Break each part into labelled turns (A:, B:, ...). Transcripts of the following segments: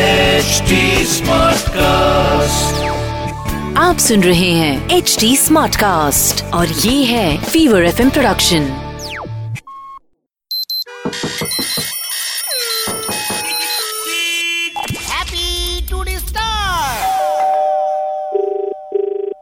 A: HD Smartcast.
B: आप सुन रहे हैं एच डी स्मार्ट कास्ट और ये है fever F production
C: Happy to the star!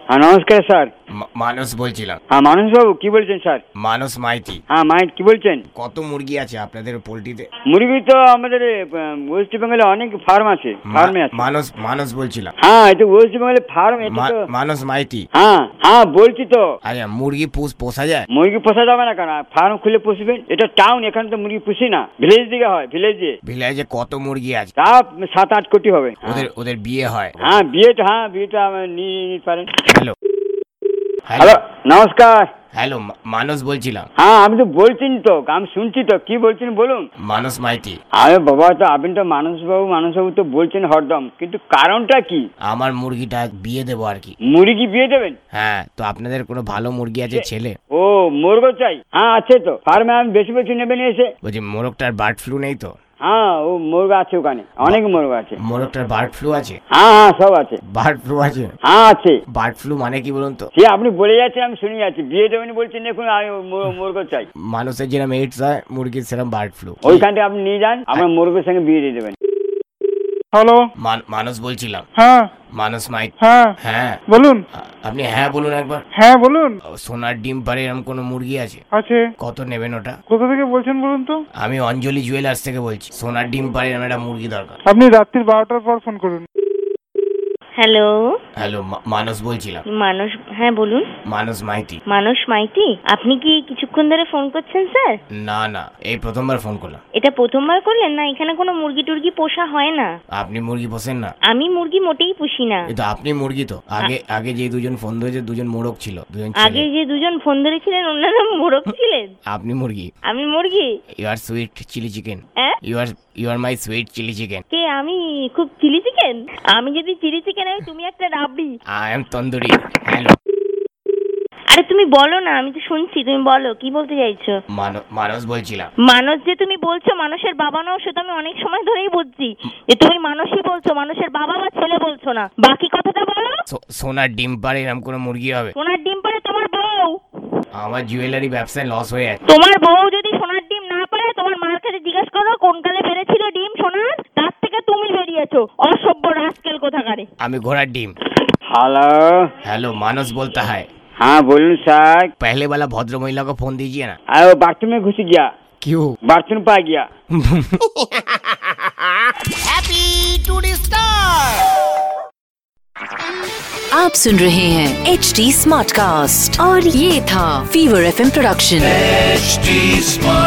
D: হ্যাঁ নমস্কার স্যার
E: মা- মানস বলছিলাম
D: হ্যাঁ মানুষ বাবু কি বলছেন স্যার
E: মানস মাইতি
D: হ্যাঁ মাইট কি বলছেন
E: কত মুরগি আছে আপনাদের পোলট্রিতে
D: মুরগি তো আমাদের আহ, ওয়েস্ট বেঙ্গলে অনেক ফার্ম আছে ফার্মে আছে
E: মানস মানস বলছিলাম
D: হ্যাঁ এটা ওয়েস্ট বেঙ্গলে ফার্ম এটা
E: মা-
D: তো
E: মানস মাইতি
D: হ্যাঁ হ্যাঁ বলছি তো
E: আচ্ছা মুরগি পুষ পোষা যায়
D: মুরগি পোষা যাবে না কেন ফার্ম খুলে পুষবেন এটা টাউন এখানে তো মুরগি পুষি না ভিলেজ দিকে হয় ভিলেজে
E: ভিলেজে কত মুরগি আছে
D: তা সাত আট কোটি হবে
E: ওদের ওদের বিয়ে হয়
D: হ্যাঁ বিয়েটা হ্যাঁ বিয়েটা আমি নিয়ে নিতে পারেন
E: হ্যালো
D: হ্যালো
E: হ্যালো
D: নমস্কার
E: হ্যালো মা- মানস বলছিলাম
D: হ্যাঁ আমি তো বলছেন তো আমি শুনছি তো কি বলছেন বলুন
E: মানস মাইতি
D: আরে বাবা তো আপনি তো মানুষবাবু মানুষবাবু তো বলছেন হরদম কিন্তু কারণটা কি
E: আমার মুরগিটা বিয়ে দেবো আর কি
D: মুরগি বিয়ে দেবেন
E: হ্যাঁ তো আপনাদের কোনো ভালো মুরগি আছে ছেলে
D: ও মোরগ চাই হ্যাঁ আছে তো ফার্মে আমি বেশি বেশি নেবেন এসে
E: বলছি মোরগটার বার্ড ফ্লু নেই তো
D: হ্যাঁ ও মোরগ আছে ওখানে অনেক মোরগ আছে
E: মোরগটার বার্ড ফ্লু আছে
D: হ্যাঁ হ্যাঁ সব আছে
E: বার্ড ফ্লু আছে
D: হ্যাঁ আছে
E: বার্ড ফ্লু মানে কি বলুন তো
D: সে আপনি বলে যাচ্ছেন আমি শুনে যাচ্ছি বিয়ে দেবেন বলছেন দেখুন আমি মো- মোরগ চাই
E: মানুষের যেরকম এইডস হয় মুরগির সেরকম বার্ড ফ্লু
D: ওইখান থেকে আপনি নিয়ে যান আমার মোরগের সঙ্গে বিয়ে দিয়ে দেবেন
F: হ্যালো
E: মানুষ বলছিলাম
F: হ্যাঁ
E: মানুষ মাইক
F: হ্যাঁ
E: হ্যাঁ
F: বলুন
E: আ- আপনি হ্যাঁ বলুন একবার
F: হ্যাঁ বলুন
E: ও, সোনার ডিম পারে এরকম কোনো মুরগি আছে
F: আছে
E: কত নেবেন ওটা
F: কোথা থেকে বলছেন বলুন তো
E: আমি অঞ্জলি জুয়েলার্স থেকে বলছি সোনার ডিম পারে এরকম একটা মুরগি দরকার
F: আপনি রাত্রির বারোটার পর ফোন করুন
G: হ্যালো
E: হ্যালো মানুষ বলছিলাম
G: মানুষ হ্যাঁ বলুন
E: মানুষ মাইতি
G: মানুষ মাইতি আপনি কি কিছুক্ষণ ধরে ফোন করছেন স্যার
E: না না এই প্রথমবার ফোন করলাম
G: এটা প্রথমবার করলেন না এখানে কোনো মুরগি টুরগি পোষা হয় না
E: আপনি মুরগি পোষেন না
G: আমি মুরগি মোটেই পুষি না
E: কিন্তু আপনি মুরগি তো আগে আগে যে দুজন ফোন ধরেছে দুজন মোরগ ছিল দুজন
G: আগে
E: ছেলে
G: যে দুজন ফোন ধরেছিলেন ওনারা মোরগ ছিলেন
E: আপনি মুরগি
G: আমি মুরগি
E: you are sweet chilli chicken
G: হ্যাঁ
E: you are you are my sweet chilli chicken
G: কে আমি খুব চিলি চিকেন আমি যদি চিলি চিকেন হই তুমি একটা rabri
E: I am tandoori hello
G: আরে তুমি বলো না আমি তো শুনছি তুমি বলো কি বলতে চাইছো
E: মানুষ বলছিলাম
G: মানুষ যে তুমি বলছো মানুষের বাবা নাও সেটা আমি অনেক সময় ধরেই বুঝছি যে তুমি মানুষই বলছো মানুষের বাবা বা ছেলে বলছো না বাকি কথাটা বলো
E: সো- সোনার ডিম পারে এরকম কোনো মুরগি হবে
G: সোনার ডিম পারে তোমার বউ
E: আমার জুয়েলারি ব্যবসায় লস হয়ে যাচ্ছে
G: তোমার বউ যদি সোনার ডিম না পারে তোমার মার কাছে জিজ্ঞেস করো কোন কালে বেড়েছিল ডিম সোনার তার থেকে তুমি বেরিয়েছো অসভ্য রাস্কেল কোথাকারে
E: আমি ঘোড়ার ডিম
D: হ্যালো
E: हेलो मानस बोलता है
D: হ্যাঁ বলুন স্যার
E: पहले वाला भद्र महिला को फोन दीजिए ना
D: আর বাথরুমে ঘুষি গিয়া
E: क्यों
D: বাথরুম পা গিয়া
C: Happy to the star!
B: आप सुन रहे हैं एच डी स्मार्ट कास्ट और ये था fever F production
A: HD Smartcast.